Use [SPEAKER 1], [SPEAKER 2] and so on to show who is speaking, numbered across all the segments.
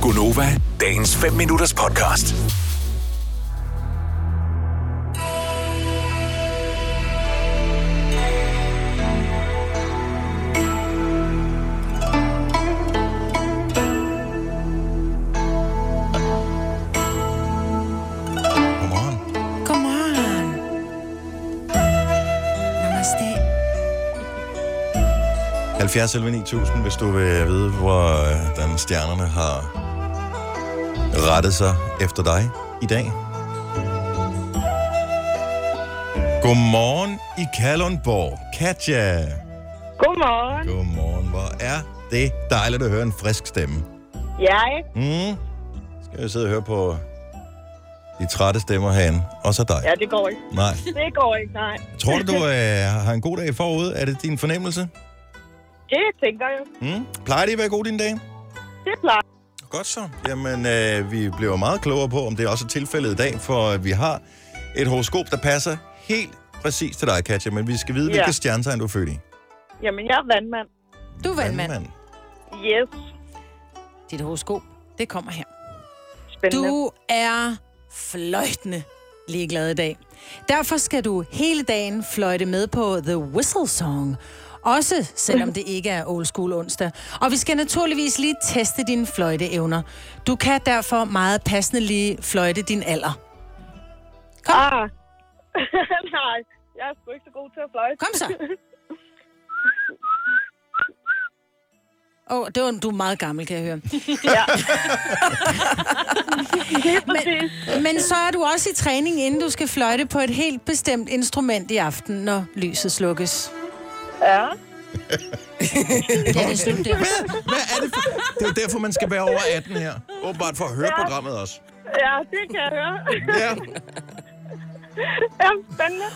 [SPEAKER 1] Gunova, dagens 5 minutters podcast.
[SPEAKER 2] Godmorgen.
[SPEAKER 3] Godmorgen. Namaste.
[SPEAKER 2] 70 11 9000, hvis du vil vide, hvordan stjernerne har rettet sig efter dig i dag. Godmorgen i Kalundborg. Katja.
[SPEAKER 4] Godmorgen.
[SPEAKER 2] Godmorgen. Hvor er det dejligt at høre en frisk stemme.
[SPEAKER 4] Ja, ikke?
[SPEAKER 2] Mm. Skal jeg sidde og høre på de trætte stemmer herinde. Og så dig.
[SPEAKER 4] Ja, det går ikke.
[SPEAKER 2] Nej.
[SPEAKER 4] Det går ikke, nej.
[SPEAKER 2] Tror du, du øh, har en god dag forud? Er det din fornemmelse?
[SPEAKER 4] Det tænker jeg.
[SPEAKER 2] Mm. Plejer det at være god din dag?
[SPEAKER 4] Det plejer.
[SPEAKER 2] Godt så. Jamen, øh, vi bliver meget klogere på, om det også er tilfældet i dag, for vi har et horoskop, der passer helt præcis til dig, Katja, men vi skal vide, ja.
[SPEAKER 4] Ja.
[SPEAKER 2] hvilket stjernetegn du er født i.
[SPEAKER 4] Jamen, jeg er vandmand.
[SPEAKER 3] Du er vandmand.
[SPEAKER 2] Vandmand.
[SPEAKER 4] Yes.
[SPEAKER 3] Dit horoskop, det kommer her.
[SPEAKER 4] Spændende.
[SPEAKER 3] Du er fløjtende ligeglad i dag. Derfor skal du hele dagen fløjte med på The Whistle Song. Også selvom det ikke er old school onsdag. Og vi skal naturligvis lige teste dine fløjteevner. Du kan derfor meget passende lige fløjte din alder.
[SPEAKER 4] Ah. nej, jeg er sgu ikke så god til at fløjte.
[SPEAKER 3] Kom så. Åh, oh, det var, du er meget gammel, kan jeg høre.
[SPEAKER 4] Ja.
[SPEAKER 3] Men, men så er du også i træning, inden du skal fløjte på et helt bestemt instrument i aften, når lyset slukkes.
[SPEAKER 4] Ja.
[SPEAKER 3] Det er det slut, det.
[SPEAKER 2] Hvad, hvad er det for? Det er jo derfor, man skal være over 18 her. Åbenbart for at høre ja. programmet også.
[SPEAKER 4] ja, det kan jeg høre.
[SPEAKER 2] Ja.
[SPEAKER 4] ja, spændende.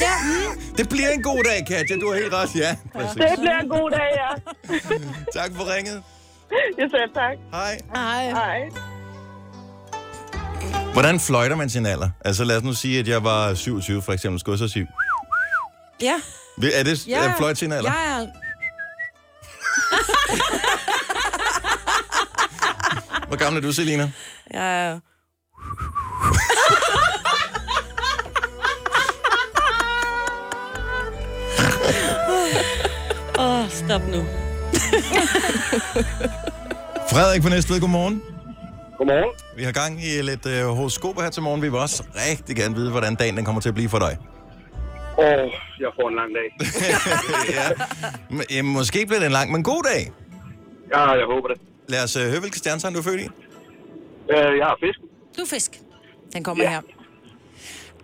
[SPEAKER 3] Ja, mm.
[SPEAKER 2] Det bliver en god dag, Katja. Du har helt ret. Ja, præcis.
[SPEAKER 4] det bliver en god dag, ja.
[SPEAKER 2] Tak for ringet.
[SPEAKER 4] Jeg selv tak.
[SPEAKER 2] Hej.
[SPEAKER 3] Ej.
[SPEAKER 4] Hej.
[SPEAKER 2] Hvordan fløjter man sin alder? Altså, lad os nu sige, at jeg var 27, for eksempel. Skulle jeg så sige...
[SPEAKER 3] Ja.
[SPEAKER 2] Er det
[SPEAKER 3] ja.
[SPEAKER 2] ja. fløjt sin alder?
[SPEAKER 3] Jeg er...
[SPEAKER 2] Hvor gammel er du, Selina?
[SPEAKER 3] Jeg er...
[SPEAKER 5] Åh, oh, stop nu.
[SPEAKER 2] Frederik fra Næstved, godmorgen.
[SPEAKER 6] Godmorgen.
[SPEAKER 2] Vi har gang i lidt øh, horoskoper her til morgen. Vi vil også rigtig gerne vide, hvordan dagen den kommer til at blive for dig.
[SPEAKER 6] Åh, jeg får en lang dag.
[SPEAKER 2] ja. M- øh, måske bliver det en lang, men god dag.
[SPEAKER 6] Ja, jeg håber det.
[SPEAKER 2] Lad os øh, høre, hvilke stjernetegn du er født i.
[SPEAKER 6] Øh, jeg har fisken.
[SPEAKER 3] Du er fisk. Den kommer her.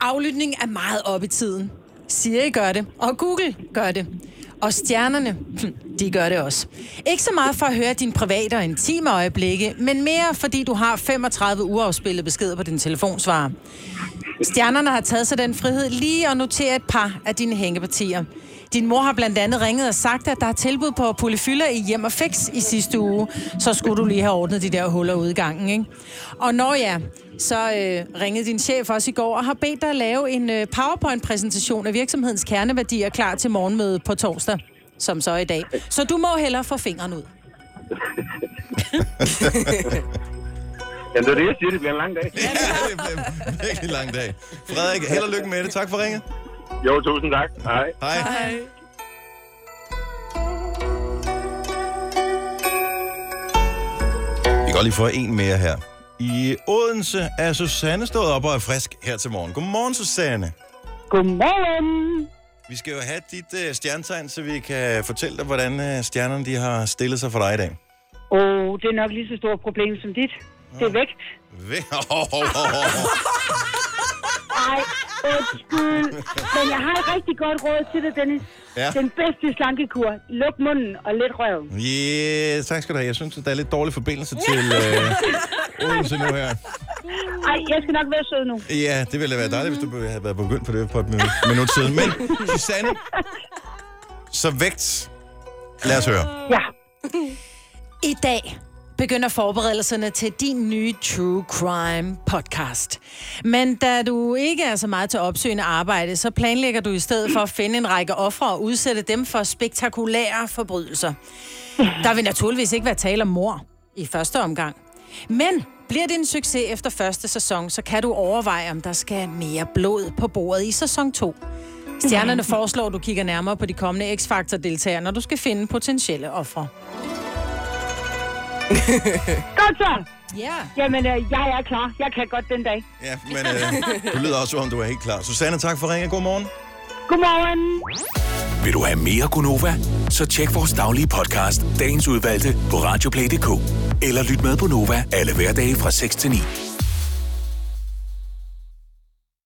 [SPEAKER 3] Aflytning er meget op i tiden. Siri gør det, og Google gør det. Og stjernerne, hm, de gør det også. Ikke så meget for at høre dine private og intime øjeblikke, men mere fordi du har 35 uafspillede beskeder på din telefonsvarer. Stjernerne har taget sig den frihed lige at notere et par af dine hængepartier. Din mor har blandt andet ringet og sagt, at der er tilbud på polyfylder i Hjem og Fix i sidste uge. Så skulle du lige have ordnet de der huller ude i gangen, ikke? Og når ja, så øh, ringede din chef også i går og har bedt dig at lave en øh, PowerPoint-præsentation af virksomhedens kerneværdier klar til morgenmødet på torsdag, som så er i dag. Så du må hellere få fingeren ud.
[SPEAKER 6] Jamen, det er det, jeg siger, det bliver en lang dag.
[SPEAKER 2] Ja, det bliver en virkelig lang dag. Frederik, held og lykke med det. Tak for ringet.
[SPEAKER 6] Jo, tusind tak. Hej.
[SPEAKER 2] Hej. Hej. Vi kan godt lige få en mere her. I Odense er Susanne stået op og er frisk her til morgen. Godmorgen, Susanne.
[SPEAKER 4] Godmorgen.
[SPEAKER 2] Vi skal jo have dit øh, stjernetegn, så vi kan fortælle dig, hvordan øh, stjernerne de har stillet sig for dig i dag.
[SPEAKER 4] Åh, oh, det er nok lige så stort problem som dit. Det er vægt.
[SPEAKER 2] Ve- Åh, åh, åh, åh.
[SPEAKER 4] Ej, undskyld. Men jeg har et rigtig godt råd til dig, Dennis.
[SPEAKER 2] Ja.
[SPEAKER 4] Den bedste slankekur. Luk munden og lidt røven.
[SPEAKER 2] Yeah, tak skal du have. Jeg synes, at der er lidt dårlig forbindelse til øh, Odense nu her.
[SPEAKER 4] Ej, jeg skal nok være sød nu.
[SPEAKER 2] Ja, det ville da være dejligt, hvis du be- havde været begyndt på det for et minut, minut siden. Men, Susanne, så vægt. Lad os høre.
[SPEAKER 4] Ja.
[SPEAKER 3] I dag begynder forberedelserne til din nye True Crime podcast. Men da du ikke er så meget til opsøgende arbejde, så planlægger du i stedet for at finde en række ofre og udsætte dem for spektakulære forbrydelser. Der vil naturligvis ikke være tale om mor i første omgang. Men bliver det en succes efter første sæson, så kan du overveje, om der skal mere blod på bordet i sæson 2. Stjernerne foreslår, at du kigger nærmere på de kommende X-Factor-deltagere, når du skal finde potentielle ofre.
[SPEAKER 4] Godt så!
[SPEAKER 3] Ja.
[SPEAKER 4] Jamen, øh, jeg er klar. Jeg kan godt den dag.
[SPEAKER 2] Ja, men øh, du lyder også, som om du er helt klar. Susanne, tak for ringen. Godmorgen.
[SPEAKER 4] Godmorgen!
[SPEAKER 1] Vil du have mere Gunova? Så tjek vores daglige podcast, dagens udvalgte, på radioplay.dk. Eller lyt med på Nova alle hverdage fra 6 til 9.